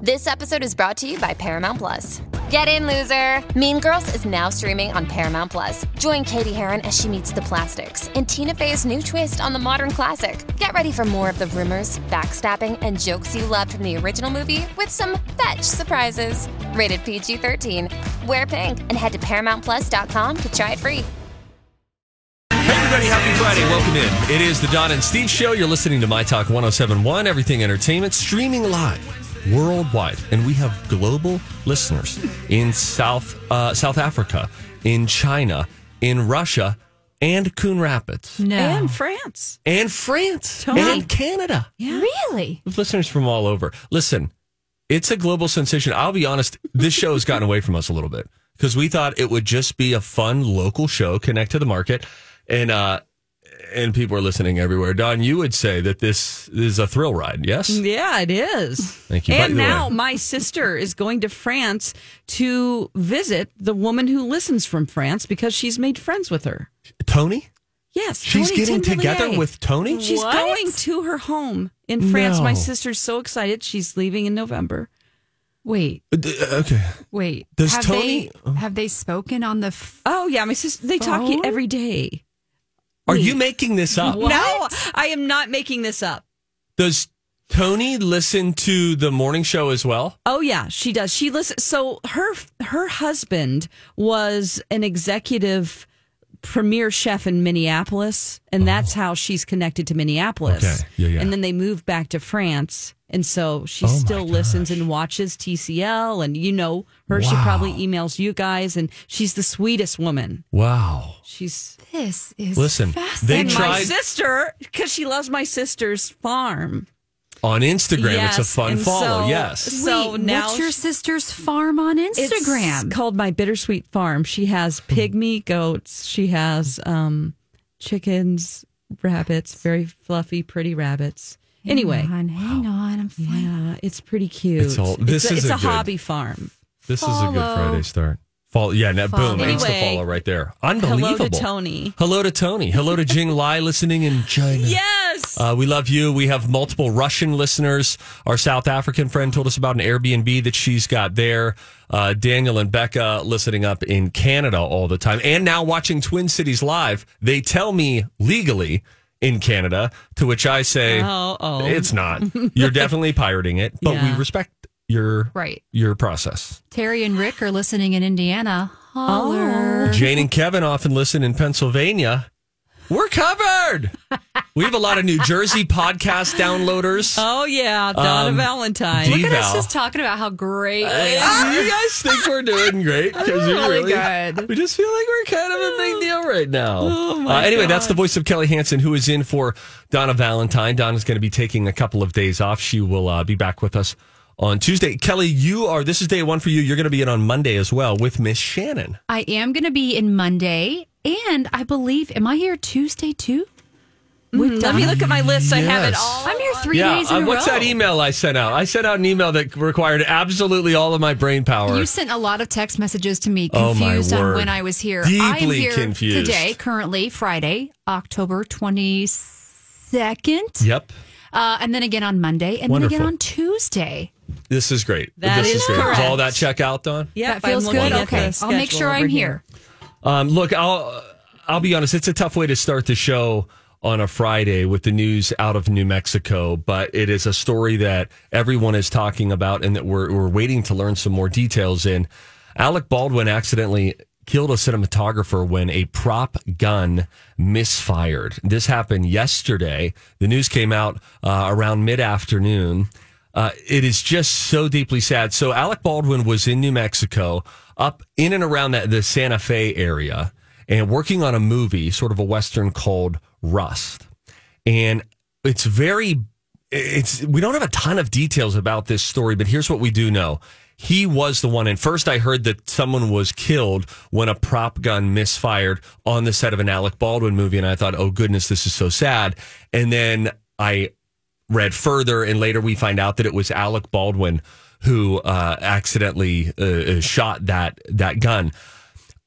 This episode is brought to you by Paramount Plus. Get in, loser! Mean Girls is now streaming on Paramount Plus. Join Katie Heron as she meets the plastics in Tina Fey's new twist on the modern classic. Get ready for more of the rumors, backstabbing, and jokes you loved from the original movie with some fetch surprises. Rated PG 13. Wear pink and head to ParamountPlus.com to try it free. Hey everybody, happy Friday. Welcome in. It is the Don and Steve Show. You're listening to My Talk 1071, Everything Entertainment, streaming live worldwide. And we have global listeners in South uh, South Africa, in China, in Russia, and Coon Rapids, No. and France. and France, Totally. and Canada. really? We have listeners from all over. Listen, it's a global sensation. I'll be honest, this show has gotten away from us a little bit because we thought it would just be a fun local show, connect to the market, and uh, and people are listening everywhere. Don, you would say that this is a thrill ride, yes? Yeah, it is. Thank you. By And the now way- my sister is going to France to visit the woman who listens from France because she's made friends with her. Tony, Yes, she's Tony getting Tintellier. together with Tony. She's What? going to her home in France. My No. sister's so excited. She's leaving in November. Wait, Uh, d- okay, wait. Does have Tony- they have they spoken on the? F- Oh yeah, my sister. They talk Phone? every day. are you making this up? No, I am not making this up. Does Tony listen to the morning show as well? Oh yeah, she does. She listens. So her her husband was an executive premier chef in Minneapolis, and that's how she's connected to Minneapolis. Oh. Okay. Yeah, yeah. And then they moved back to France, and so she Oh, my still listens gosh. and watches TCL, and you know her. She Wow. probably emails you guys, and she's the sweetest woman. Wow. She's this is Listen, they fascinating. tried- my sister because she loves my sister's farm. On Instagram, Yes, it's a fun and follow. so- yes. Wait, so now what's your she- sister's farm on Instagram? It's called My Bittersweet Farm. She has pygmy goats. She has um, chickens, rabbits, very fluffy, pretty rabbits. Anyway, hang on, hang on. I'm fine. yeah, it's pretty cute. It's all- this it's a, is it's a a good- hobby farm. This is a good Follow. Friday start. Follow, yeah, now, boom, Follow. insta Anyway, follow right there. Hello Unbelievable. to Tony. Hello to Tony. Hello to Jing Lai listening in China. Yes. Uh, we love you. We have multiple Russian listeners. Our South African friend told us about an Airbnb that she's got there. Uh, Daniel and Becca listening up in Canada all the time. And now watching Twin Cities Live. They tell me legally in Canada, to which I say, Uh-oh. it's not. You're definitely pirating it, but we Oh. Yeah. respect your Right. your process. Terry and Rick are listening in Indiana. Holler. Jane and Kevin often listen in Pennsylvania. We're covered. We have a lot of New Jersey podcast downloaders. oh yeah, Donna Um, Valentine. do Look at us Eval. just talking about how great. Uh, we are. you guys think we're doing Oh, great because we really Really good. we just feel like we're kind of a big deal right now. Oh, my uh, anyway, God. that's the voice of Kelly Hansen, who is in for Donna Valentine. Donna's going to be taking a couple of days off. She will uh, be back with us on Tuesday. Kelly, you are this is day one for you. You're going to be in on Monday as well with Miss Shannon. I am going to be in Monday, and I believe am I here Tuesday too? With Let me Don? look at my list. I have it Yes. all. I'm here three days uh, in a what's row. that email I sent out? I sent out an email that required absolutely all of my brain power. You sent a lot of text messages to me, Oh, my confused on word. when I was here. I am Deeply here confused. today, currently Friday, October twenty second, yep, uh, and then again on Monday, and Wonderful. then again on Tuesday. this is great. That this is great. correct. all that check out, Don. Yep, that I'm feels looking good. at the Okay, I'll make schedule sure over I'm here. here. Um, look, I'll I'll be honest. It's a tough way to start the show on a Friday with the news out of New Mexico, but it is a story that everyone is talking about, and that we're we're waiting to learn some more details in. Alec Baldwin accidentally killed a cinematographer when a prop gun misfired. This happened yesterday. The news came out uh, around mid afternoon. Uh, it is just so deeply sad. So Alec Baldwin was in New Mexico, up in and around that, the Santa Fe area, and working on a movie, sort of a western called Rust. And it's very, it's we don't have a ton of details about this story, but here's what we do know. He was the one. And first, I heard that someone was killed when a prop gun misfired on the set of an Alec Baldwin movie. And I thought, oh, goodness, this is so sad. And then I read further, and later we find out that it was Alec Baldwin who uh, accidentally uh, uh, shot that that gun.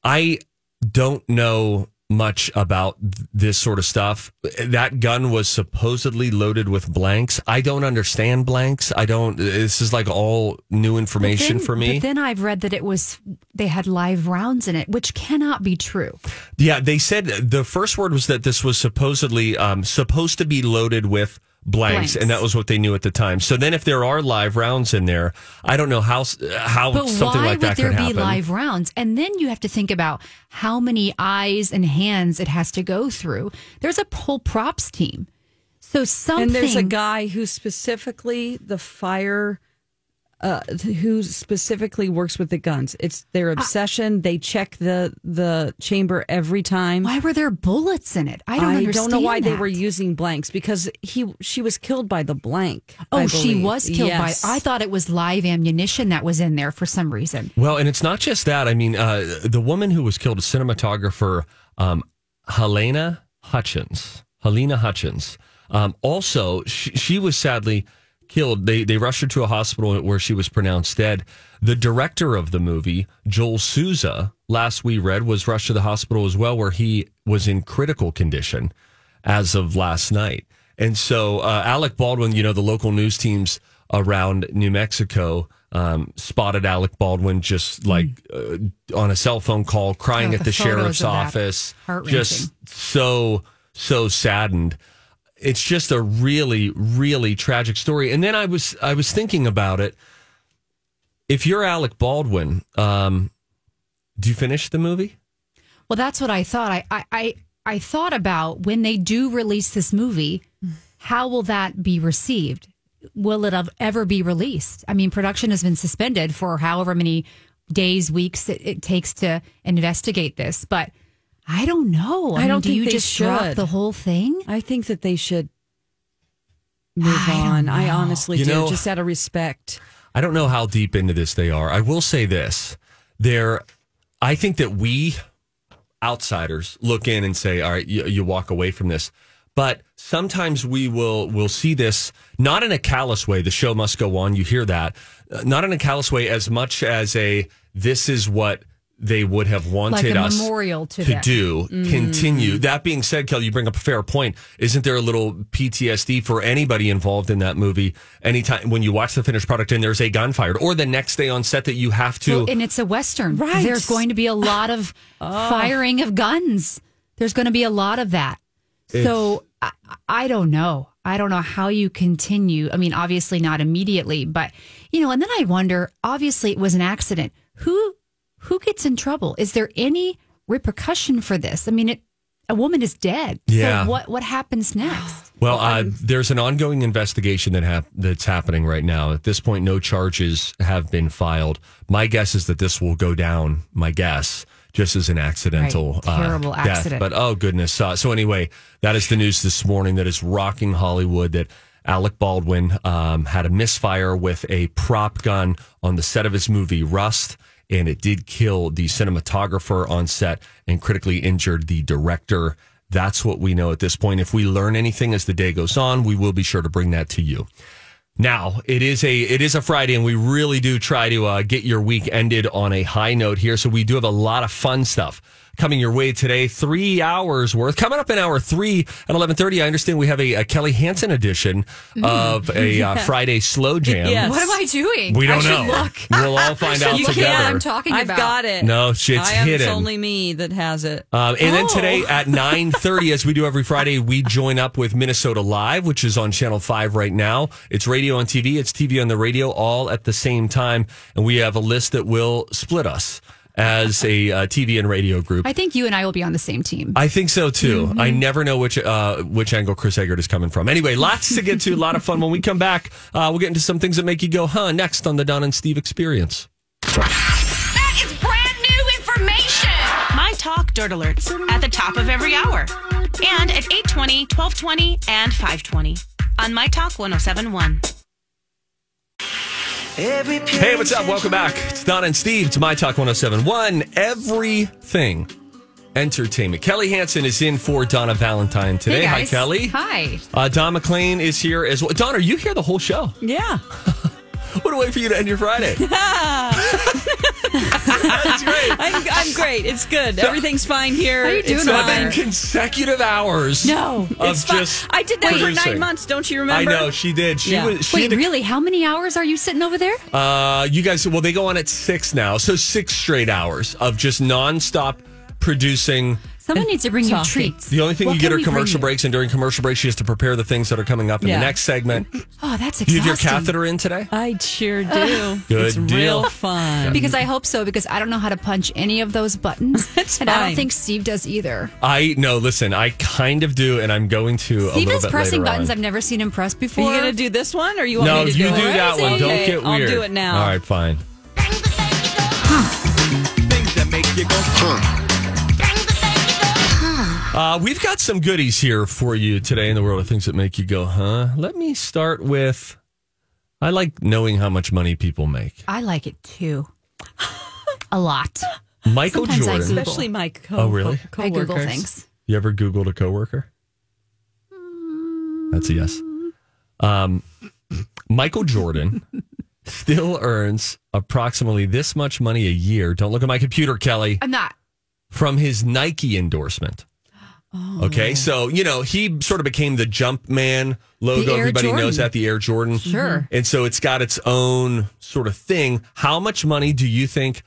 I don't know much about th- this sort of stuff. That gun was supposedly loaded with blanks. I don't understand blanks. I don't. This is like all new information Then- for me. But then I've read that it was they had live rounds in it, which cannot be true. Yeah, they said the first word was that this was supposedly um, supposed to be loaded with blanks, Blanks. and that was what they knew at the time. So then, if there are live rounds in there, I don't know how s- how But something why like would that there could be happen. live rounds? And then you have to think about how many eyes and hands it has to go through. There's a whole props team. So something And there's a guy who specifically the fire, uh, th- who specifically works with the guns. It's their obsession. they check the the chamber every time. Why were there bullets in it? I don't understand. know why they that. were using blanks because he she was killed by the blank. Oh, I she believe. was killed Yes. by. I thought it was live ammunition that was in there for some reason. Well, and it's not just that. I mean, uh, the woman who was killed, cinematographer um, Helena Hutchins. Helena Hutchins. Um, also, she, she was sadly killed. They they rushed her to a hospital where she was pronounced dead. The director of the movie, Joel Souza, last we read, was rushed to the hospital as well, where he was in critical condition as of last night. And so uh, Alec Baldwin, you know, the local news teams around New Mexico um, spotted Alec Baldwin just like uh, on a cell phone call, crying Mm. Oh, at the, the photos sheriff's of that. office, Heart-wrenching. just so so saddened. It's just a really really tragic story. And then I was I was thinking about it. If you're Alec Baldwin, um, do you finish the movie? Well, that's what I thought. I I I, I thought about when they do release this movie, how will that be received? Will it have ever be released? I mean, production has been suspended for however many days, weeks it, it takes to investigate this, but. I don't know. I mean, don't do think you they just drop should. the whole thing? I think that they should move I don't on. I know. honestly You do, know- just out of respect. I don't know how deep into this they are. I will say this. There I think that we outsiders look in and say, "All right, you, you walk away from this." But sometimes we will will see this not in a callous way. The show must go on. You hear that? Uh, Not in a callous way as much as a this is what they would have wanted Like a us memorial to Mm. to them. do. Continue. That being said, Kelly, you bring up a fair point. Isn't there a little PTSD for anybody involved in that movie? Anytime when you watch the finished product and there's a gun fired, or the next day on set that you have to. Oh. Well, and it's a western. Right. There's going to be a lot of firing of guns. There's going to be a lot of that. So I, I don't know. I don't know how you continue. I mean, obviously not immediately, but you know. And then I wonder. Obviously, it was an accident. Who who gets in trouble? Is there any repercussion for this? I mean, it, a woman is dead. Yeah. So what what happens next? Well, uh, there's an ongoing investigation that hap- that's happening right now. At this point, no charges have been filed. My guess is that this will go down. My guess, just as an accidental, Right. Terrible death. accident. But oh goodness. Uh, so anyway, that is the news this morning that is rocking Hollywood. That Alec Baldwin um, had a misfire with a prop gun on the set of his movie Rust. And it did kill the cinematographer on set and critically injured the director. That's what we know at this point. If we learn anything as the day goes on, we will be sure to bring that to you. Now it is a it is a Friday, and we really do try to uh, get your week ended on a high note here. So we do have a lot of fun stuff coming your way today. Three hours worth coming up in hour three at eleven thirty. I understand we have a, a Kelly Hansen edition of a uh, Friday slow jam. Yes. What am I doing? We I don't should know. Look. We'll all find out You can't. together. I'm talking I've about. got it. No, it's I am- hidden. It's only me that has it. Um, and then Oh. today at 9.30, as we do every Friday, we join up with Minnesota Live, which is on Channel 5 right now. It's radio on TV. It's TV on the radio all at the same time. And we have a list that will split us as a uh, TV and radio group. I Mm-hmm. think you and I will be on the same team. I think so too. I never know which uh, which angle Chris Eggert is coming from. Anyway, lots to get to, a lot of fun. When we come back, uh, we'll get into some things that make you go, huh, next on the Don and Steve Experience. That is brand new information. My Talk Dirt Alerts at the top of every hour and at 820, 1220, and 520 on My Talk 1071. Hey, what's up? Welcome back. It's Don and Steve to My Talk 1071. Everything entertainment. Kelly Hansen is in for Donna Valentine today. Hey, Hi, guys. Kelly. Hi. Uh, Don McLean is here as well. Don, are you here the whole show? Yeah. What a way for you to end your Friday. That's great. I'm, I'm great. It's good. Everything's fine here. How you doing it's over there? Seven fine. consecutive hours. No, of it's fine. just I did that for producing. nine months. Don't you I remember? know she did. She Yeah. was. She Wait, had a- really? How many hours are you sitting over there? Uh, you guys, well, they go on at six now, so six straight hours of just nonstop producing. Someone needs to bring you talking. treats. The only thing What you get can are we bring commercial you? breaks, and during commercial breaks, she has to prepare the things that are coming up in Yeah. the next segment. Oh, that's You exhausting. have your catheter in today? I sure do. Good it's deal. real fun. Because I hope so, because I don't know how to punch any of those buttons. That's and I don't fine. think Steve does either. I no, listen, I kind of do, and I'm going to a Steve little is bit pressing later buttons on. I've never seen him press before. Are you gonna do this one, or you want no, me to you do do, it? that one. Don't Okay, get weird. I'll do it now. All right, fine. Uh, we've got some goodies here for you today in the world of things that make you go, huh? Let me start with. I like knowing how much money people make. I like it too. A lot. Michael Sometimes I Jordan. Google. Especially my co. Oh, really? Co- I Google coworkers. things. You ever Googled a coworker? That's a yes. Um, Michael Jordan still earns approximately this much money a year. Don't look at my computer, Kelly. I'm not. From his Nike endorsement. Oh. Okay, so you know he sort of became the jump man The logo. Air Everybody Jordan. knows that the Air Jordan. Sure. And so it's got its own sort of thing. How much money do you think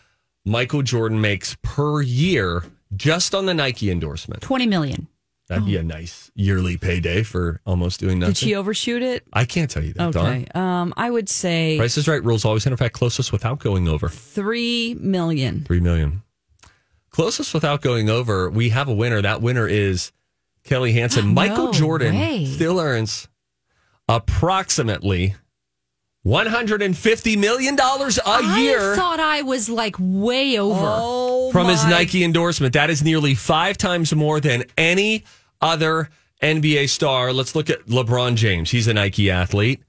Michael Jordan makes per year just on the Nike endorsement? 20 million. That'd Oh. be a nice yearly payday for almost doing nothing. Did she overshoot it? I can't tell you that. Darn. Okay. Um, I would say Price is right rules always in effect. Closest without going over three million. three million. Closest without going over. We have a winner. That winner is Kelly Hansen. Michael No Jordan way. still earns approximately one hundred and fifty million dollars a year I thought I was like way over. Oh, from his my- Nike endorsement. That is nearly five times more than any other NBA star. Let's look at LeBron James. He's a Nike athlete.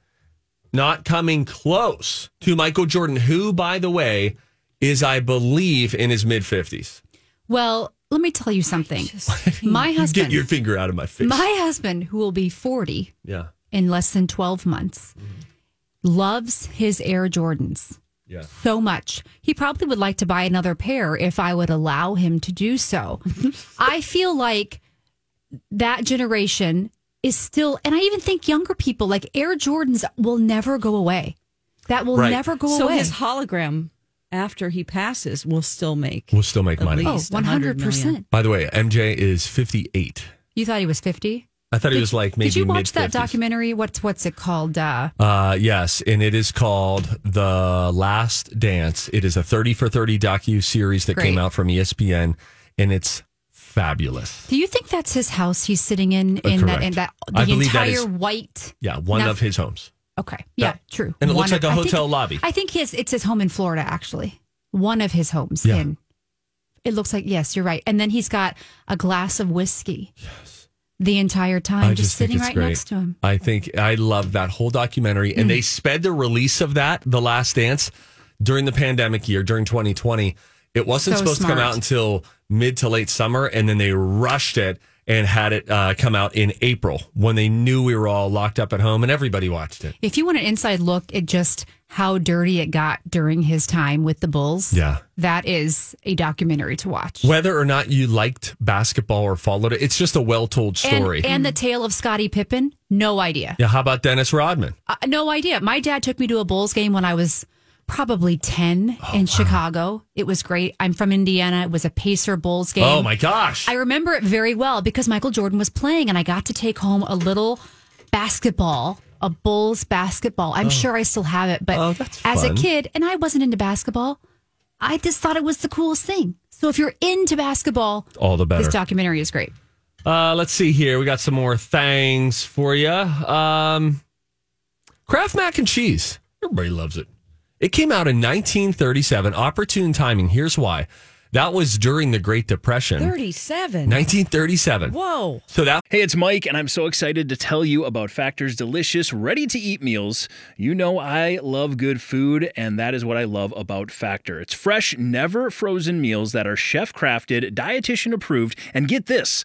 Not coming close to Michael Jordan, who, by the way, is, I believe, in his mid 50s. Well, let me tell you something. My husband, Get your finger out of my face. my husband, who will be 40 yeah. in less than 12 months, loves his Air Jordans Yeah. so much. He probably would like to buy another pair if I would allow him to do so. I feel like that generation is still, and I even think younger people like Air Jordans will never go away. That will Right. never go So away. his hologram after he passes will still make. We'll still make At money. least. oh, He's 100 million. 100%. By the way, MJ is 58. You thought he was 50? I thought he was like maybe Did you watch that mid-fifties. documentary? What's what's it called? Uh, Uh, yes, and it is called The Last Dance. It is a 30 for 30 docu series that came Great. out from E ESPN, and it's fabulous. do you think that's his house he's sitting in? in that, in Uh, correct. that the I believe that entire is- white. Yeah, one Now- of his homes. Okay. Yeah. Yeah. True. And it looks One like of- a I think- hotel lobby. I think his it's his home in Florida actually. One of his homes Yeah. in. It looks like yes, you're right. And then he's got a glass of whiskey. Yes. The entire time, I just, just think sitting it's right great. next to him. Mm. I think I love that whole documentary, and they sped the release of that, The Last Dance, during the pandemic year, during 2020. It wasn't So supposed to come smart. out until mid to late summer, and then they rushed it and had it uh, come out in April when they knew we were all locked up at home and everybody watched it. If you want an inside look at just how dirty it got during his time with the Bulls, Yeah. that is a documentary to watch. Whether or not you liked basketball or followed it, it's just a well told And- story. And, the tale of Scottie Pippen, no idea. yeah, how about Dennis Rodman? Uh, no idea. My dad took me to a Bulls game when I was probably 10 Oh, in Chicago. It was great. I'm from Indiana. It was a Pacer Bulls game. Oh my gosh. I remember it very well because Michael Jordan was playing and I got to take home a little basketball, a Bulls basketball. I'm sure I still have it, but Oh, that's as a fun. kid, and I wasn't into basketball, I just thought it was the coolest thing. So if you're into basketball, All the this better. documentary is great. Uh, let's see here. We got some more things for you. Um, Kraft mac and cheese. Everybody loves it. It came out in 1937. Opportune timing. Here's why. That was during the Great Depression. Thirty-seven. 1937. Whoa. So that Hey, it's Mike, and I'm so excited to tell you about Factor's delicious, ready to eat meals. You know, I love good food, and that is what I love about Factor. It's fresh, never frozen meals that are chef crafted, dietitian approved, and get this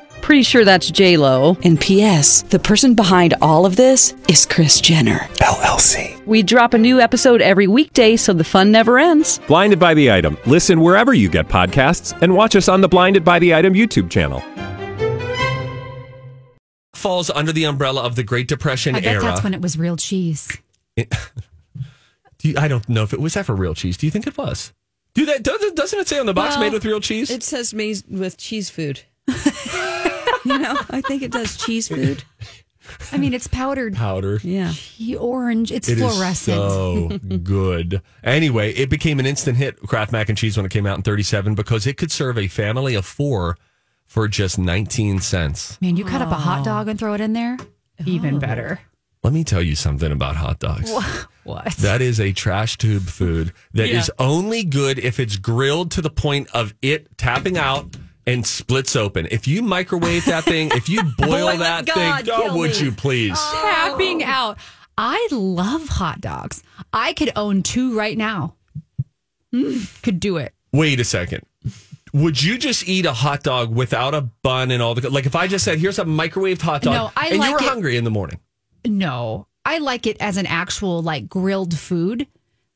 Pretty sure that's J Lo. And P.S. The person behind all of this is Chris Jenner LLC. We drop a new episode every weekday, so the fun never ends. Blinded by the item. Listen wherever you get podcasts, and watch us on the Blinded by the Item YouTube channel. Falls under the umbrella of the Great Depression I bet era. that's when it was real cheese. Do you- I don't know if it was ever real cheese. Do you think it was? Do that doesn't doesn't it say on the box Well, made with real cheese? It says made with cheese food. you know, I think it does cheese food. I mean, it's powdered powder. Yeah. pea orange. It's It is fluorescent. so good. Anyway, it became an instant hit, Kraft mac and cheese, when it came out in 37 because it could serve a family of four for just 19 cents. Man, you cut up a hot dog Oh. and throw it in there. Even better. Let me tell you something about hot dogs. What? That is a trash tube food that is only good if it's grilled to the point of it tapping out and splits open. If you microwave that thing, if you boil Boil it, that God, thing, oh, kill would me. you please? Oh. tapping out. I love hot dogs. I could own two right now. Mm, could do it. Wait a second. Would you just eat a hot dog without a bun and all the like? If I just said, "Here's a microwaved hot dog," No, I and you like were it- hungry in the morning, No, I like it as an actual like grilled food.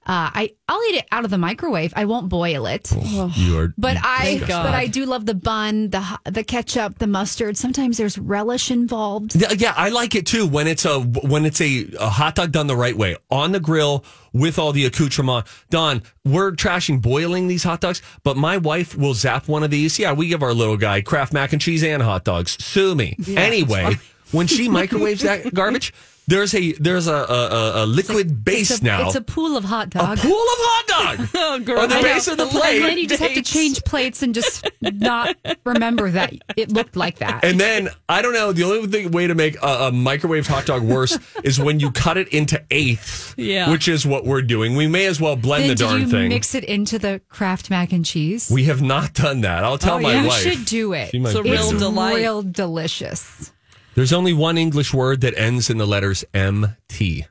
Uh, I I'll eat it out of the microwave. I won't boil it. you are. But I disgusting. but I do love the bun, the ho- the ketchup, the mustard. Sometimes there's relish involved. Yeah, yeah, I like it too when it's a when it's a, a hot dog done the right way on the grill with all the accoutrement. Don, we're trashing boiling these hot dogs, but my wife will zap one of these. Yeah, we give our little guy Kraft mac and cheese and hot dogs. Sue me. anyway, when she microwaves that garbage, there's a there's a a, a- a liquid base it's a, now. It's a pool of hot A pool dog. of hot dog on Oh, the I know. base of the plate. And then you just have to change plates and just not remember that it looked like that. And then I don't know. The only thing, way to make a, a microwave hot dog worse is when you cut it into eighths. Yeah. which is what we're doing. We may as well blend Then the did darn you thing. mix it into the Kraft mac and cheese? we have not done that. I'll tell my Oh, you wife. should do it. She might It's a do real it. del- delight. real delicious. There's only one English word that ends in the letters M T.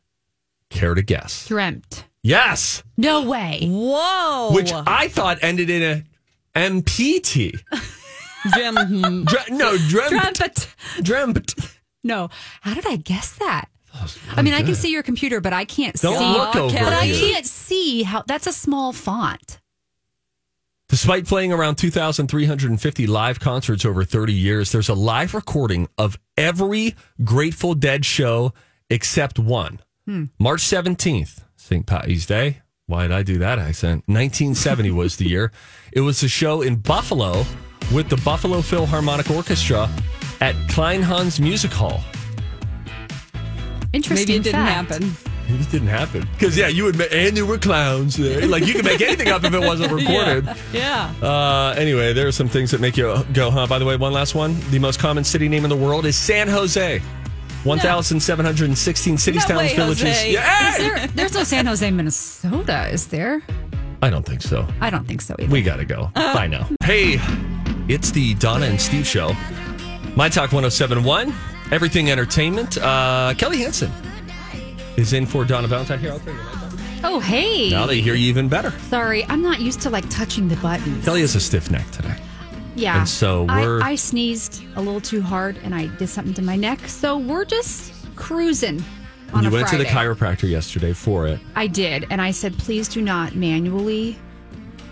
Care to guess? Dreamt. Yes, No way. Whoa. which Oh. I thought ended in a M P T. Jim. Dre- no, dreamt. Trumpet. Dreamt. No. How did I guess that? I mean, I can see your computer, but I can't Don't see. look over but I here. can't see how. That's a small font. Despite playing around 2,350 live concerts over 30 years, there's a live recording of every Grateful Dead show except one. March 17th, St. Patty's Day. Why did I do that accent? 1970 was the year. It was a show in Buffalo with the Buffalo Philharmonic Orchestra at Klein Hans Music Hall. Interesting. Maybe it didn't fact. happen. It just didn't happen. Because, yeah, you would, ma- and there were clowns there. Like, you could make anything up if it wasn't recorded. Yeah. Uh, anyway, there are some things that make you go, huh? By the way, one last one. The most common city name in the world is San Jose. 1,716 cities, No towns, way, villages. Jose. Yeah, Is hey! there, there's no San Jose, Minnesota, is there? I don't think so. I don't think so either. We got to go. Uh-huh. Bye now. Hey, it's the Donna and Steve show. My Talk 1071, Everything Entertainment. Uh, Kelly Hansen is in for Donna Valentine here. I'll tell you. oh, hey. Now they hear you even better. Sorry, I'm not used to like touching the buttons. Kelly has a stiff neck today. Yeah. And so I- we're- I, sneezed a little too hard and I did something to my neck. So we're just cruising. On you a went to the Friday. chiropractor yesterday for it. I did. And I said, please do not manually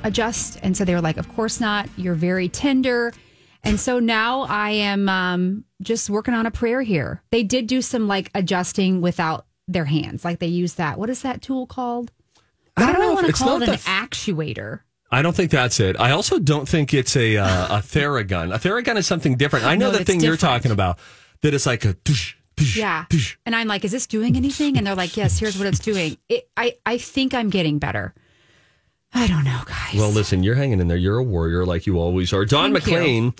adjust. And so they were like, of course not. You're very tender. And so now I am um, just working on a prayer here. They did do some like adjusting without their hands, like they use that. What is that tool called? Why do I if want to it's call not it the an f- actuator? I don't think that's it. I also don't think it's a uh, a theragun. A theragun is something different. I know No, the it's thing you're different. talking about. That it's like a tush, tush, Yeah. tush. And I'm like, is this doing anything? And they're like, yes, here's what it's doing. It, I, I think I'm getting better. I don't know, guys. Well, listen, you're hanging in there. You're a warrior, like you always are. Don Thank you. McLean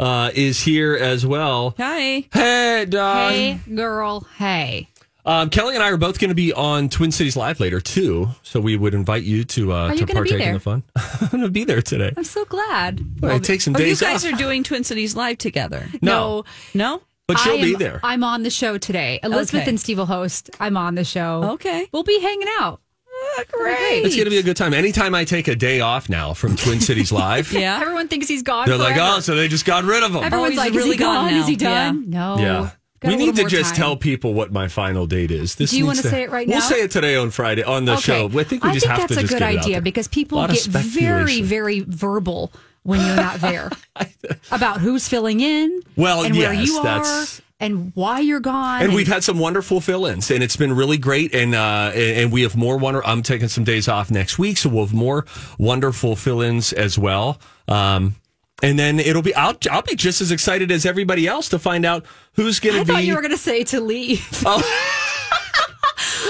uh, is here as well. Hi. Hey, Don. hey, girl, hey. Um, Kelly and I are both going to be on Twin Cities Live later too, so we would invite you to uh, Are you to gonna be partake in there? the fun. I'm going to be there today. I'm so glad. Well, take some Oh, you days guys off. are doing Twin Cities Live together. no, No? but she'll I am- be there. I'm on the show today. Elizabeth Okay. and Steve will host. I'm on the show. Okay. We'll be hanging out. Ah, great. it's going to be a good time. Anytime I take a day off now from Twin Cities Live, Yeah. Everyone thinks he's gone. they're like, forever. "Oh, so they just got rid of him." Oh, Everyone's he's like, is really he gone gone? now. Is he done? No. yeah. Got a We little need to more just time. tell people what my final date is. This Do you needs wanna say it right We'll now? say it today on Friday on the show. I think we just have that's to a just good get it out idea there. because A people lot of get very, speculation. very verbal when you're not there about who's filling in, Well, and where yes, you are, that's- and why you're gone. And we've had some wonderful fill-ins, and it's been really great. And uh, and and we have more wonder. I'm taking some days off next week, so we'll have more wonderful fill-ins as well. Um, and then it'll be I'll I'll be just as excited as everybody else to find out who's going I to be. Oh. thought you were going to say to leave. I'll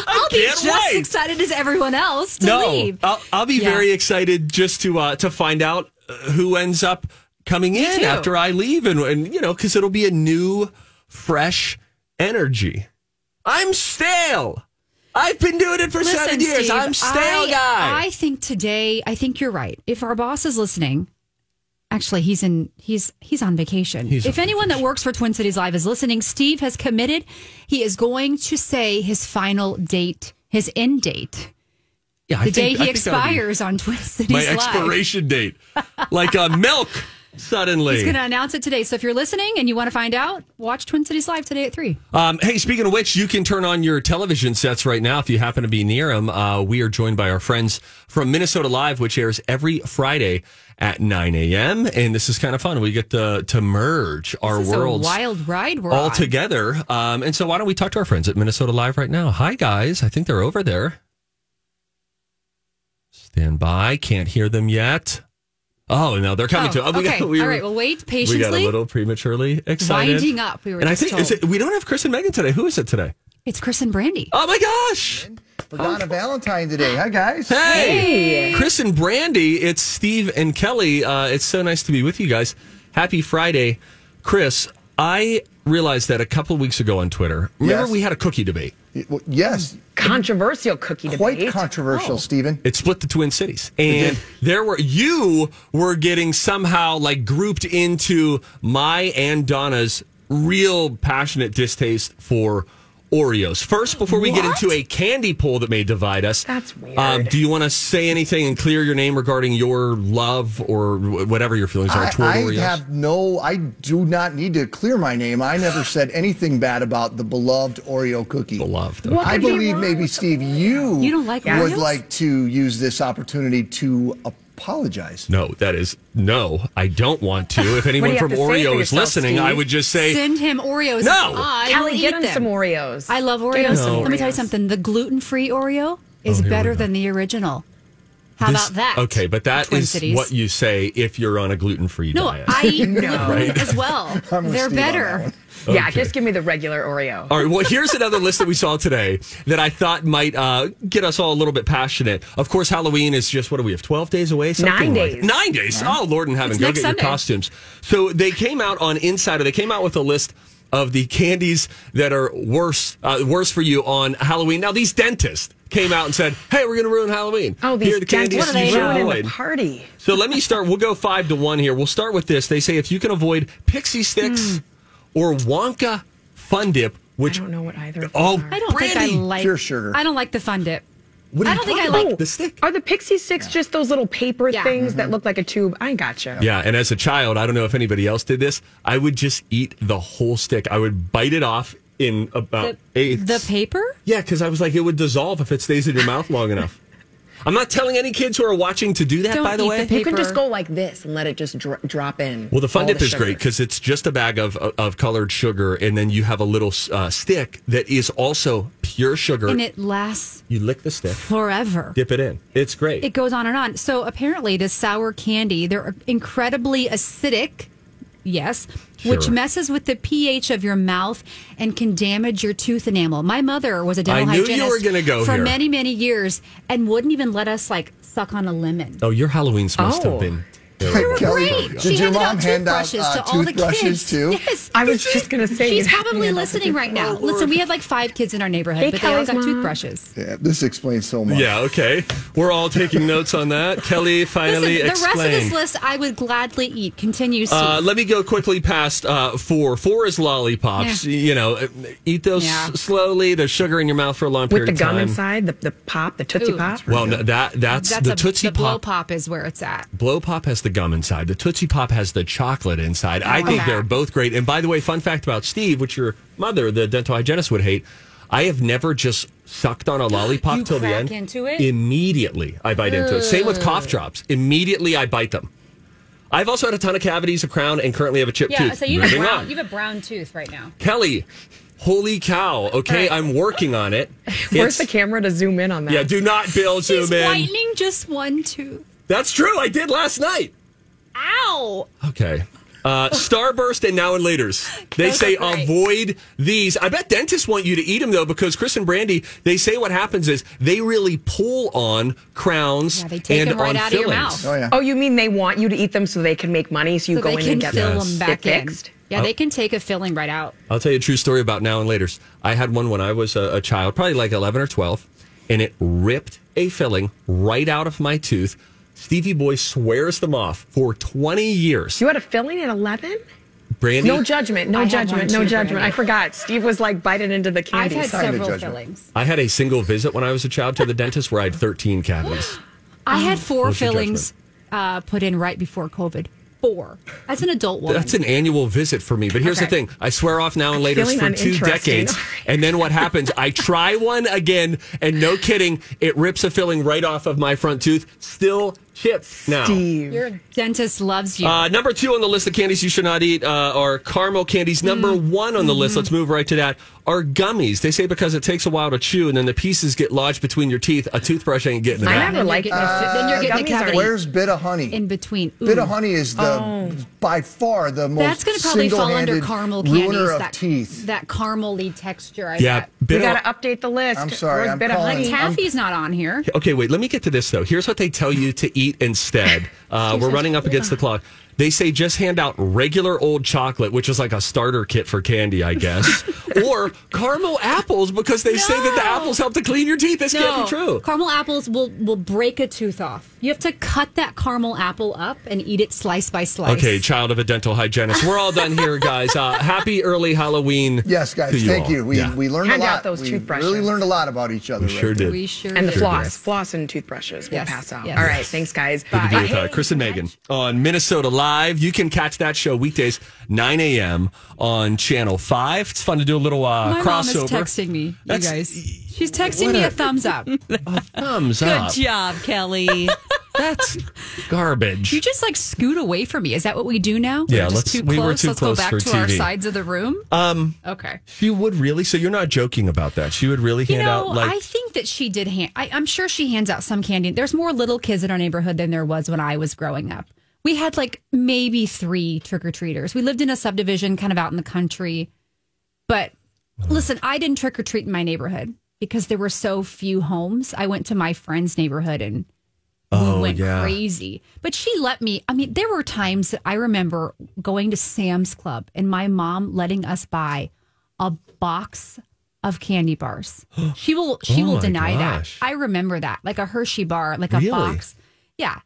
I'll be just excited as everyone else to no, leave. I'll, I'll be Yeah. very excited just to uh, to find out uh, who ends up coming in too. after I leave, and, and you know, because it'll be a new, fresh energy. I'm stale. I've been doing it for seven years. Steve, I'm stale, I, guy. I think today, I think you're right. If our boss is listening, actually, he's in, he's he's on vacation. if anyone that works for Twin Cities Live is listening, Steve has committed. He is going to say his final date, his end date, yeah, I the day think- I he think that'll be expires on Twin Cities My Live. expiration date, like uh, milk. Suddenly, He's going to announce it today. So if you're listening and you want to find out, watch Twin Cities Live today at three. Um, hey, speaking of which, you can turn on your television sets right now if you happen to be near them. Uh, we are joined by our friends from Minnesota Live, which airs every Friday at 9 a.m. And this is kind of fun. We get to, to merge our This is a worlds wild ride we're all on. together. Um, and so, why don't we talk to our friends at Minnesota Live right now? Hi, guys. I think they're over there. Stand by. Can't hear them yet. Oh, no, they're coming Oh, to. Oh, we okay. got, we all were- right. Well, we wait got a patiently. little prematurely excited. Winding up. We were And I just think is told. it, we don't have Chris and Megan today. Who is it today? it's Chris and Brandy. Oh my gosh! Forgot a Valentine today. Hi, guys. Hey, Chris and Brandy. It's Steve and Kelly. Uh, it's so nice to be with you guys. Happy Friday, Chris. I realized that a couple weeks ago on Twitter. Remember Yes. we had a cookie debate. Y- well, Yes. Controversial cookie Quite controversial, Stephen. It split the Twin Cities, and there were you were getting somehow like grouped into my and Donna's real passionate distaste for. Oreos. First, before we get into a candy poll that may divide us, That's weird. Um, do you want to say anything and clear your name regarding your love or wh- whatever your feelings are I, toward I Oreos? have no, I do not need to clear my name. I never said anything bad about the beloved Oreo cookie. Beloved. What I could be believe wrong maybe, with Steve, you, You don't like would Oreos? like to use this opportunity to apologize. No, that is no. I don't want to. If anyone you from have to say for Oreo is yourself, listening, Steve? I would just say send him Oreos. No! I Callie, will get eat him them. some Oreos. I love Get him Oreos. some Let me tell you Oreos. something. The gluten-free Oreo is Oh, here we better go. than the original. How this- about that? Okay, but that Twin is Cities. what you say if you're on a gluten free No, diet. I eat gluten as well. I'm with They're Steve on that better. one. Yeah, just give me the regular Oreo. All right. Well, here's another list that we saw today that I thought might uh, get us all a little bit passionate. Of course, Halloween is just what do we have? Twelve days away. Something Nine like- days. Nine days. Oh, Lord in heaven, It's go get next your Sunday. costumes. So they came out on Insider. They came out with a list of the candies that are worse, uh, worse for you on Halloween. Now these dentists came out and said, "Hey, we're going to ruin Halloween. Oh, Here these are the candies dentists you should ruining the avoid." party. So let me start. We'll go five to one here. We'll start with this. They say if you can avoid pixie sticks or Wonka Fun Dip, I which don't know what either of Oh, those are. I don't think I Brandy, like pure sugar. I don't like the fun dip. what are I you don't think talking I about? like- the stick. Mm-hmm. Are Oh, the pixie sticks just those little paper Yeah. things that look like a tube? I gotcha. Yeah, and as a child, I don't know if anybody else did this. I would just eat the whole stick. I would bite it off in about The, eight. the paper? yeah, because I was like, it would dissolve if it stays in your mouth long enough. I'm not telling any kids who are watching to do that, Don't by the eat way. You can just go like this and let it just dro- drop in. Well, the fun all dip is sugar. great because it's just a bag of, uh, of colored sugar, and then you have a little uh, stick that is also pure sugar. and it lasts you lick the stick, forever. dip it in. It's great. It goes on and on. So apparently, the sour candy they're incredibly acidic. Yes, which Sure. messes with the pH of your mouth and can damage your tooth enamel. My mother was a dental I knew you hygienist were gonna go for here. many, many years and wouldn't even let us like suck on a lemon. oh, your Halloween's must Oh. have been. They were terrible. great. Did She your handed mom out hand out, toothbrushes uh, to all the toothbrushes kids. too? Yes, I was just gonna say, she's you'd have to probably hand out the listening right now. toothbrush. Oh, Listen, Lord. we had like five kids in our neighborhood, Hey, but they all Kelly's got mom. toothbrushes. Yeah, this explains so much. Yeah, okay. We're all taking notes on that. Kelly finally Listen, the explained. rest of this list I would gladly eat. Continue, Steve. Uh, let me go quickly past uh, four. Four is lollipops. You know, uh, eat those Yeah. slowly. There's sugar in your mouth for a long With period the of gum time. inside, the, the pop, the Tootsie Ooh. Pop. Well, no, that that's, That's the a, Tootsie the blow Pop. pop is where it's at. Blow Pop has the gum inside. The Tootsie Pop has the chocolate inside. I think they're both great. And by the way, fun fact about Steve, which your mother, the dental hygienist, would hate. I have never just sucked on a lollipop You till the crack end. into it? Immediately, I bite into it. Same with cough drops. Immediately, I bite them. I've also had a ton of cavities, a crown, and currently have a chipped tooth. Moving on. have a brown tooth right now. Kelly, holy cow. Okay, I'm working on it. Where's It's- the camera to zoom in on that? Yeah, do not, Bill, zoom He's in. whitening just one tooth. That's true. I did last night. Ow! Okay. Uh, Starburst and now and later's. They Those say are great. avoid these. I bet dentists want you to eat them though, because Chris and Brandy, they say what happens is they really pull on crowns Yeah, they take and them right on out of your fillings. mouth. Oh yeah. Oh, you mean they want you to eat them so they can make money so you So go they in and can get fill them them back Get in. fixed? Yeah, Oh. they can take a filling right out. I'll tell you a true story about now and later's. I had one when I was a, a child, probably like 11 or 12, and it ripped a filling right out of my tooth. Stevie Boy swears them off for 20 years. You had a filling at 11? Brandy, No judgment, no I have one judgment, no too, judgment. Brandy. I forgot. Steve was like biting into the I've candy. had Sorry. several judgment. fillings. I had a single visit when I was a child to the dentist where I had 13 cavities. I had four Oh. What's your fillings uh, put in right before COVID. Four. As an adult woman. That's an annual visit for me. But here's the Okay. thing I swear off now and later feeling for two uninteresting. decades. And then what happens? I try one again, and no kidding, it rips a filling right off of my front tooth. Still chipped now. Steve. Your dentist loves you. Uh, number two on the list of candies you should not eat uh, are caramel candies. Number Mm. one on the list, let's move right to that, are gummies. They say because it takes a while to chew and then the pieces get lodged between your teeth. A toothbrush ain't getting them I out. never liked getting a fi- then you're getting a gummies cavity. are- Uh, Where's bit of honey? in between. Ooh. Oh. Bit of honey is the by far the most. That's going to probably fall under single-handed caramel candies. Ruiner of that, teeth. That caramelly texture. I Yeah, got. bit We of- got to update the list. I'm sorry, Where's I'm bit of calling- honey? Taffy's not on here. Okay, wait. Let me get to this though. Here's what they tell you to eat instead. Uh, we're running up against the clock. They say just hand out regular old chocolate, which is like a starter kit for candy, I guess, or caramel apples because they say that the No. apples help to clean your teeth. This can't be true. Caramel apples will will break a tooth off. You have to cut that caramel apple up and eat it slice by slice. Okay, child of a dental hygienist. We're all done here, guys. Uh, happy early Halloween. Yes, guys. to you thank all. you. We Yeah. we learned Hand a out lot. those we toothbrushes. really learned a lot about each other. We right sure there. did. we sure And the do. floss, floss and toothbrushes. We'll Yes, pass out. yes. All right, thanks, guys. Good to be Bye. with uh, Chris and Megan on Minnesota Live. You can catch that show weekdays 9 a.m. on Channel Five. It's fun to do a little uh, My mom is crossover. texting me. You That's- e- guys, she's texting me a thumbs up. Thumbs Good up. job, Kelly. That's garbage. You just like scoot away from me. Is that what we do now? Yeah, We're just let's- too we close. were too let's close go back for to our TV. sides of the room. Um. Okay. she would really. So you're not joking about that. She would really You hand know, out like. I think that she did hand. I, I'm sure she hands out some candy. There's more little kids in our neighborhood than there was when I was growing up. We had like maybe three trick or treaters. We lived in a subdivision, kind of out in the country. But listen, I didn't trick or treat in my neighborhood because there were so few homes. I went to my friend's neighborhood and Oh, we went yeah. crazy. But she let me. I mean, there were times that I remember going to Sam's Club and my mom letting us buy a box of candy bars. She will. She Oh will my deny gosh. that. I remember that, like a Hershey bar, like Really? a box. Yeah,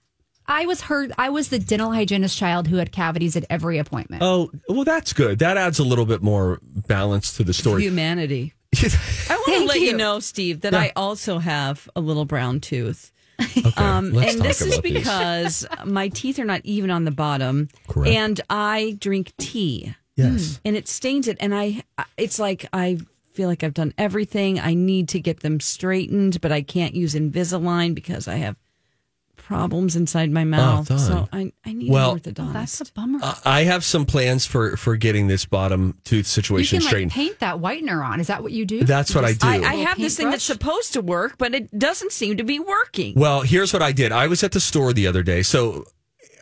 I was her. I was the dental hygienist child who had cavities at every appointment. oh well, that's good. That adds a little bit more balance to the story. Humanity. I want to Thank let you. you. know, Steve, that I also have a little brown tooth. Okay, Um, let's and talk this is about these. because my teeth are not even on the bottom, Correct. and I drink tea, yes. and it stains it, and I, it's like I feel like I've done everything. I need to get them straightened, but I can't use Invisalign because I have problems inside my mouth. darn. so I, I need Oh, Well- an orthodontist. that's a bummer. I- I have some plans for for getting this bottom tooth Hmm. You situation can like straightened. paint that whitener on. Is that what you do? That's what I do. I, I have this thing that's supposed to work, but it doesn't seem to be working. Well, here's what I did. I was at the store the other day, so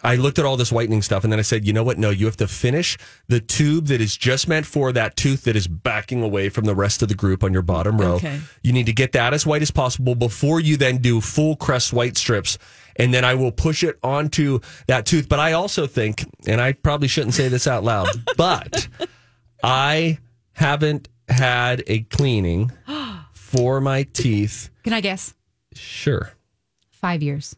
I looked at all this whitening stuff, and then I said, you know what? No, you have to finish the tube that is just meant for that tooth that is backing away from the rest of the group on your bottom row. Okay. You need to get that as white as possible before you then do full crest white strips. And then I will push it onto that tooth. But I also think, and I probably shouldn't say this out loud, but I haven't had a cleaning for my teeth. Can I guess? Sure. Five years.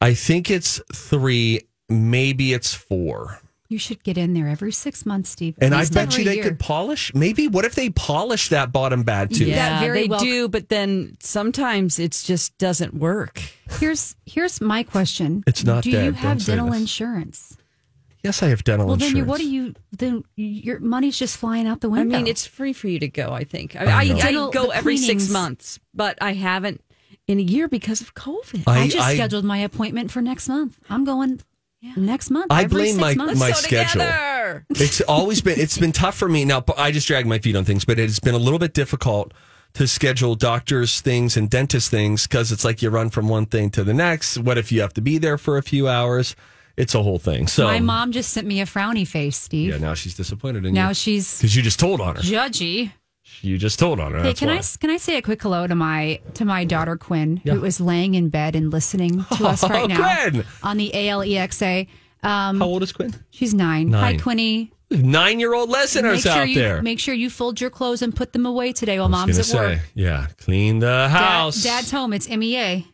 I think it's three, maybe it's four. You should get in there every six months, Steve. at And I least bet every you they year. could polish. Maybe what if they polish that bottom bad tooth? Yeah, That very they well- do, but then sometimes it's just doesn't work. Here's here's my question. It's not Do dead. you Don't have say dental this. insurance? Yes, I have dental well, insurance. then you, what do you? Then your money's just flying out the I window. mean, it's free for you to go. I think I, I I, know. I Dental- go the every six cleanings. months, but I haven't in a year because of COVID. I, I- just I- scheduled my appointment for next month. I'm going next month. I every blame six my- months. my Let's go schedule. together. It's always been it's been tough for me now. but I just drag my feet on things, but it's been a little bit difficult to schedule doctors' things and dentist things because it's like you run from one thing to the next. What if you have to be there for a few hours? It's a whole thing. So my mom just sent me a frowny face, Steve. yeah, now she's disappointed in now you she's because you just told on her. judgy. You just told on her. Hey, that's can why. I can I say a quick hello to my to my daughter Quinn, who is laying in bed and listening to us right Oh, now Quinn! on the ALEXA. Um, How old is Quinn? she's nine. Hi, Nine. Quinny. Nine year old listeners Make sure out you there. make sure you fold your clothes and put them away today while I was mom's at gonna work. say, Yeah, clean the Dad- house. dad's home. It's E MEA.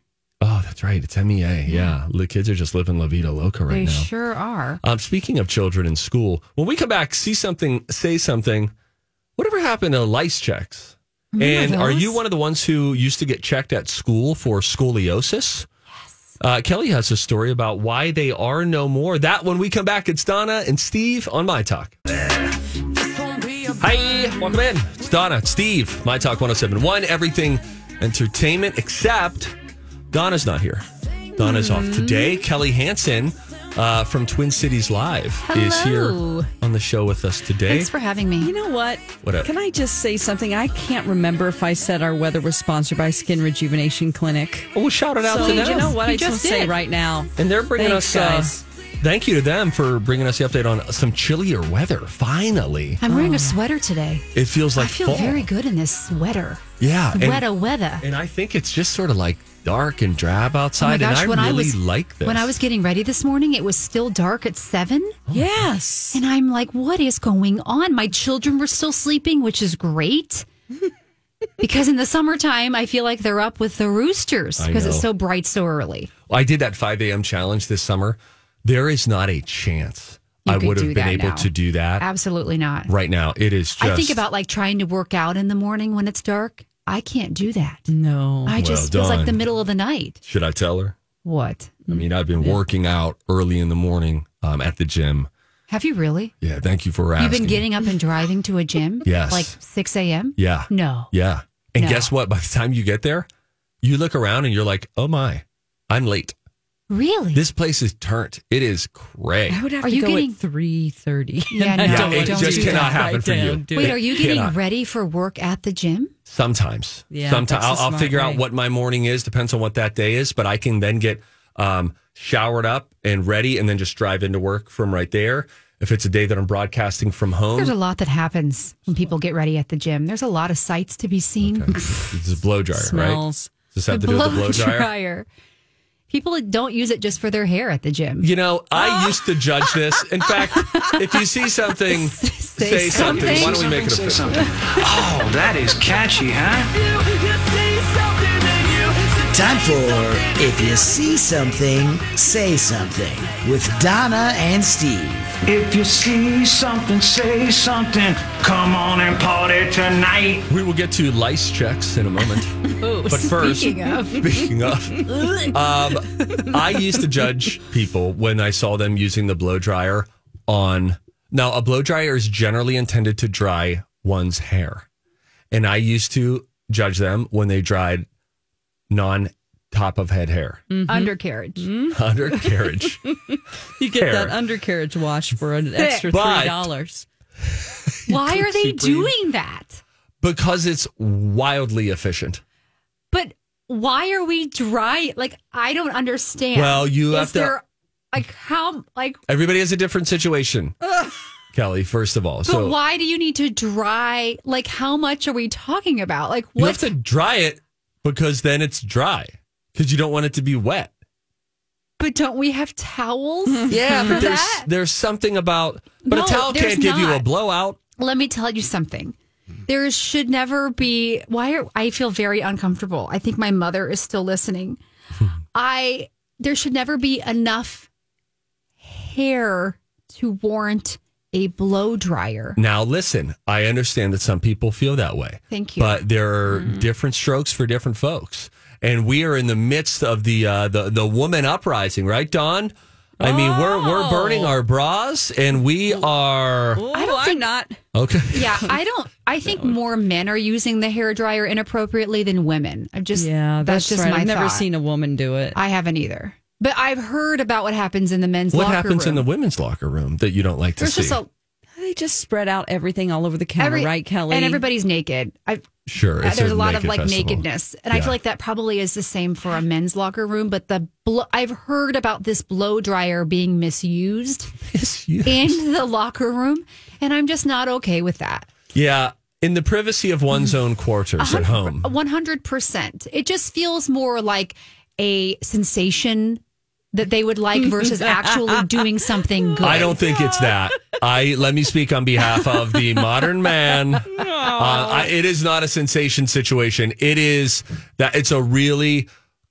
Oh, that's right. It's MEA. Yeah. The kids are just living La Vida Loca right they now. sure are. Um, speaking of children in school, when we come back, see something, say something. Whatever happened to lice checks? Remember and are those? you one of the ones who used to get checked at school for scoliosis? Yes. Uh, Kelly has a story about why they are no more. That when we come back, it's Donna and Steve on My Talk. Hi, welcome in. It's Donna, it's Steve, My Talk 1071, everything entertainment, except Donna's not here. Donna's off today. Hmm. Kelly Hansen uh, from Twin Cities Live is Hello. here on the show with us today. Thanks for having me. You know what? What up? Can I just say something? I can't remember if I said our weather was sponsored by Skin Rejuvenation Clinic. Well, Oh, shout it out So to you them. know what? You I just just will say did. right now. And they're bringing Thanks, us. guys. Uh, thank you to them for bringing us the update on some chillier weather. Finally, I'm wearing a sweater today. it feels Oh. like I feel fall. very good in this sweater. Yeah, and- Weta weather. And I think it's just sort of like dark and drab Oh my outside, gosh, and when I I really was like this. when I was getting ready this morning, it was still dark at seven, Yes. and I'm like, "What is going on?" My children were still sleeping, which is great because in the summertime, I feel like they're up with the roosters I because it's know. so bright so early. I did that 5 a.m. challenge this summer. There is not a chance You I could would have do been that able now. to do that Absolutely not. right now. It is just. I think about like trying to work out in the morning when it's dark. I can't do that. No. I just feels like done. the middle of the night. Should I tell her? What? I mean, I've been working out early in the morning um, at the gym. Have you really? Yeah, thank you for asking. You've been getting up and driving to a gym? Yes. Like 6 a.m.? Yeah. No. Yeah. And No. guess what? By the time you get there, you look around and you're like, oh my, I'm late. Really? This place is turnt. It is cray. I would have Are to you go getting- at three thirty. Yeah, no, Yeah, it don't just do cannot that. happen for you. Wait, are you getting Cannot. ready for work at the gym? Sometimes. Yeah, Sometimes that's a I'll, I'll smart figure way. out what my morning is, depends on what that day is, but I can then get um, showered up and ready and then just drive into work from right there. If it's a day that I'm broadcasting from home, There's a lot that happens when people get ready at the gym. There's a lot of sights to be seen. it's a blow dryer, Smells. right? Just have to do with the blow dryer. People don't use it just for their hair at the gym. You know, I used to judge this. In fact, if you see something, say, something. something. Why don't we make it Say official? something. Oh, that is catchy, huh? Time for If You See Something, Say Something with Donna and Steve. If you see something, say something. Come on and party tonight. We will get to lice checks in a moment. but first, speaking of. speaking of, um, I used to judge people when I saw them using the blow dryer on. Now, a blow dryer is generally intended to dry one's hair. And I used to judge them when they dried non top of head hair, Mm. Undercarriage. Mm-hmm. undercarriage. You get Hair. that uh, undercarriage wash for an Thick. extra But- three dollars. Why could are they see breathe. doing that? because it's wildly efficient. But why are we dry? Like, I don't understand. Well, you Is have to- there- Like, how, like, Everybody has a different situation, ugh. Kelly, first of all. but so why do you need to dry? Like, how much are we talking about? Like, you have what's to dry it because then it's dry because you don't want it to be wet. But don't we have towels? Yeah, for but there's that? there's something about but No, a towel there's can't give you a not. blowout. Let me tell you something. There should never be. Why are, I feel very uncomfortable. I think my mother is still listening. I there should never be enough hair to warrant a blow dryer. Now listen, I understand that some people feel that way. Thank you. But there are Mm-hmm. different strokes for different folks. And we are in the midst of the uh, the the woman uprising, right, Don? I mean, we're we're Oh. burning our bras and we are I don't think, am not. okay. Yeah, I don't. I think more men are using the hair dryer inappropriately than women. I'm just Yeah, that's, that's, just right. my I've never thought. seen a woman do it. I haven't either. But I've heard about what happens in the men's What locker happens room. in the women's locker room that you don't like to There's see? just a They just spread out everything all over the counter, every right, Kelly? and everybody's naked. I've sure, Uh, it's there's a, lot of naked like festival. nakedness, and I Yeah. feel like that probably is the same for a men's locker room. But the blo- I've heard about this blow dryer being misused in the locker room, and I'm just not okay with that. Yeah, in the privacy of one's own quarters at home. One hundred percent. It just feels more like a sensation that they would like versus actually doing something good. I don't think it's that. I let me speak on behalf of the modern man. Uh, I, it is not a sensation situation. It is that it's a really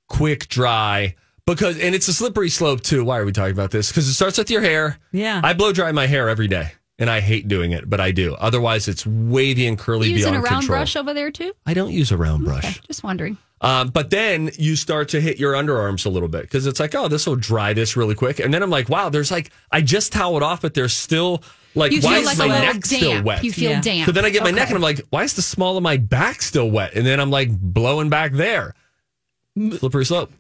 quick dry because, and it's a slippery slope too. Why are we talking about this? Because it starts with your hair. Yeah. I blow dry my hair every day, and I hate doing it, but I do. Otherwise, it's wavy and curly You using beyond a round control. brush over there too. I don't use a round brush. Just wondering. Um, but then you start to hit your underarms a little bit because it's like, oh, this will dry this really quick. And then I'm like, wow, there's like, I just toweled off, but there's still like, You why feel is like my a little neck damp. still wet? You feel damp. So then I get my neck Okay. and I'm like, why is the small of my back still wet? And then I'm like blowing back there. Slippery slope.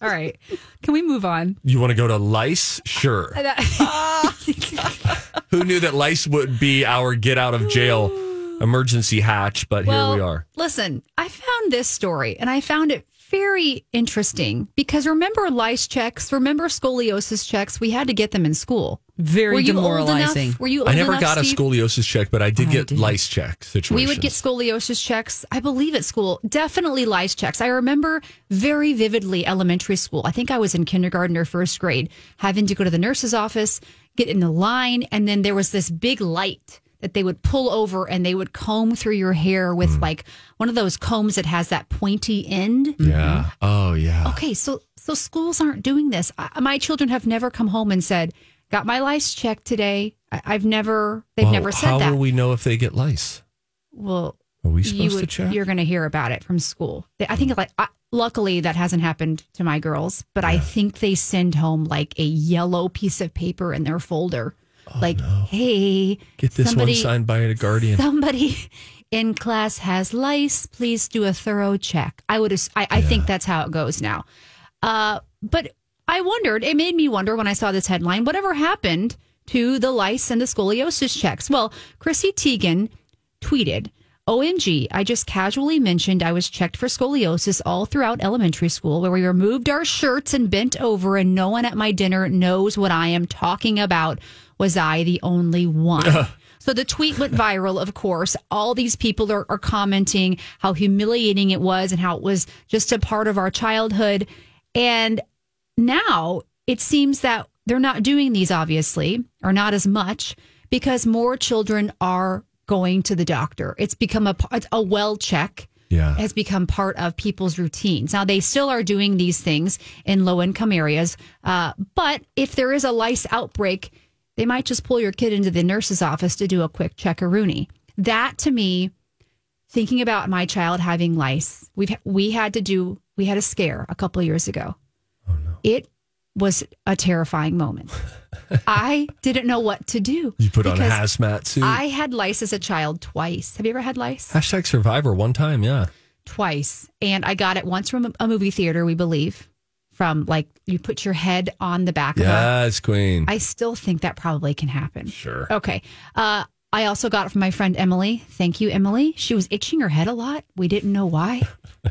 All right, can we move on? You want to go to lice? Sure. Who knew that lice would be our get out of jail emergency hatch? But here we are. Listen, I found this story and I found it very interesting because remember lice checks, remember scoliosis checks? We had to get them in school. Very Were you old enough? demoralizing. Were you old I never enough, got a Steve? scoliosis check, but I did I get did. lice check situations. We would get scoliosis checks, I believe, at school. Definitely lice checks. I remember very vividly elementary school. I think I was in kindergarten or first grade, having to go to the nurse's office, get in the line, and then there was this big light that they would pull over and they would comb through your hair Mm. with like one of those combs that has that pointy end. Yeah. Oh, yeah. Okay, so so schools aren't doing this. I, my children have never come home and said, "Got my lice checked today." I, I've never. They've Well, never said how that. will we know if they get lice? well, Are we you supposed to would- check? You're going to hear about it from school. They- I think like I, luckily that hasn't happened to my girls, but I think they send home like a yellow piece of paper in their folder, like, "Hey, Oh, Get this somebody, one signed by a guardian. Somebody in class has lice. Please do a thorough check. I would. ass- I, I think that's how it goes now. Uh, but I wondered. It made me wonder when I saw this headline. Whatever happened to the lice and the scoliosis checks? Well, Chrissy Teigen tweeted. OMG, I just casually mentioned I was checked for scoliosis all throughout elementary school where we removed our shirts and bent over and no one at my dinner knows what I am talking about. Was I the only one? So the tweet went viral, of course. All these people are, are commenting how humiliating it was and how it was just a part of our childhood. And now it seems that they're not doing these, obviously, or not as much because more children are going to the doctor. It's become a, it's a well check Yeah. has become part of people's routines. Now, they still are doing these things in low income areas, uh, but if there is a lice outbreak, they might just pull your kid into the nurse's office to do a quick checkaroonie. That to me, thinking about my child having Oh, lice, we've we had to do we had a scare a couple of years ago. It was a terrifying moment. I didn't know what to do. You put on a because hazmat suit. I had lice as a child twice. Have you ever had lice? Hashtag survivor one time, Uh-huh. yeah. twice, and I got it once from a movie theater, we believe, from like you put your head on the back of Yes, queen. it. I still think that probably can happen. Sure. Okay. Uh, I also got it from my friend Emily. Thank you, Emily. She was itching her head a lot. We didn't know why.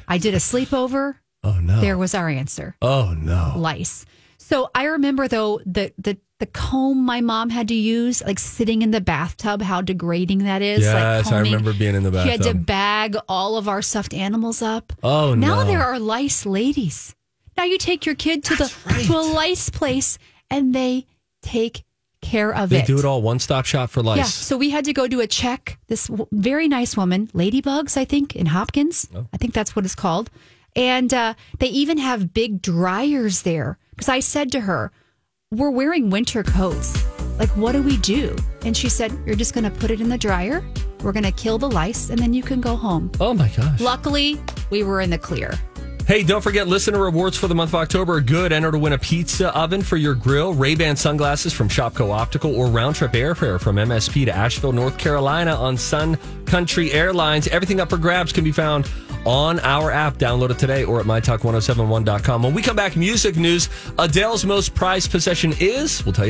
I did a sleepover. Oh no. There was our answer. Oh no. Lice. So I remember though the the the comb my mom had to use, like sitting in the bathtub, how degrading that is. like Yes, I combing. remember being in the She had to bathtub. bag all of our stuffed animals up. Oh, now no. there are lice ladies. Now you take your kid to the to a lice place and they take care of they it. do it all one stop shop for Yeah. lice. So we had to go do a check. This w- very nice woman, Ladybugs, I think, in Hopkins. I think that's what it's called. And uh, they even have big dryers there. Because I said to her, We're wearing winter coats. Like, what do we do? And she said, You're just going to put it in the dryer. We're going to kill the lice and then you can go home. Oh my gosh. Luckily, we were in the clear. Hey, don't forget listener rewards for the month of October are good. Enter to win a pizza oven for your grill, Ray-Ban sunglasses from Shopco Optical, or round trip airfare from MSP to Asheville, North Carolina on Sun Country Airlines. Everything up for grabs can be found on our app. Download it today or at mytalk1071.com. When we come back, music news. Adele's most prized possession is, we'll tell you next.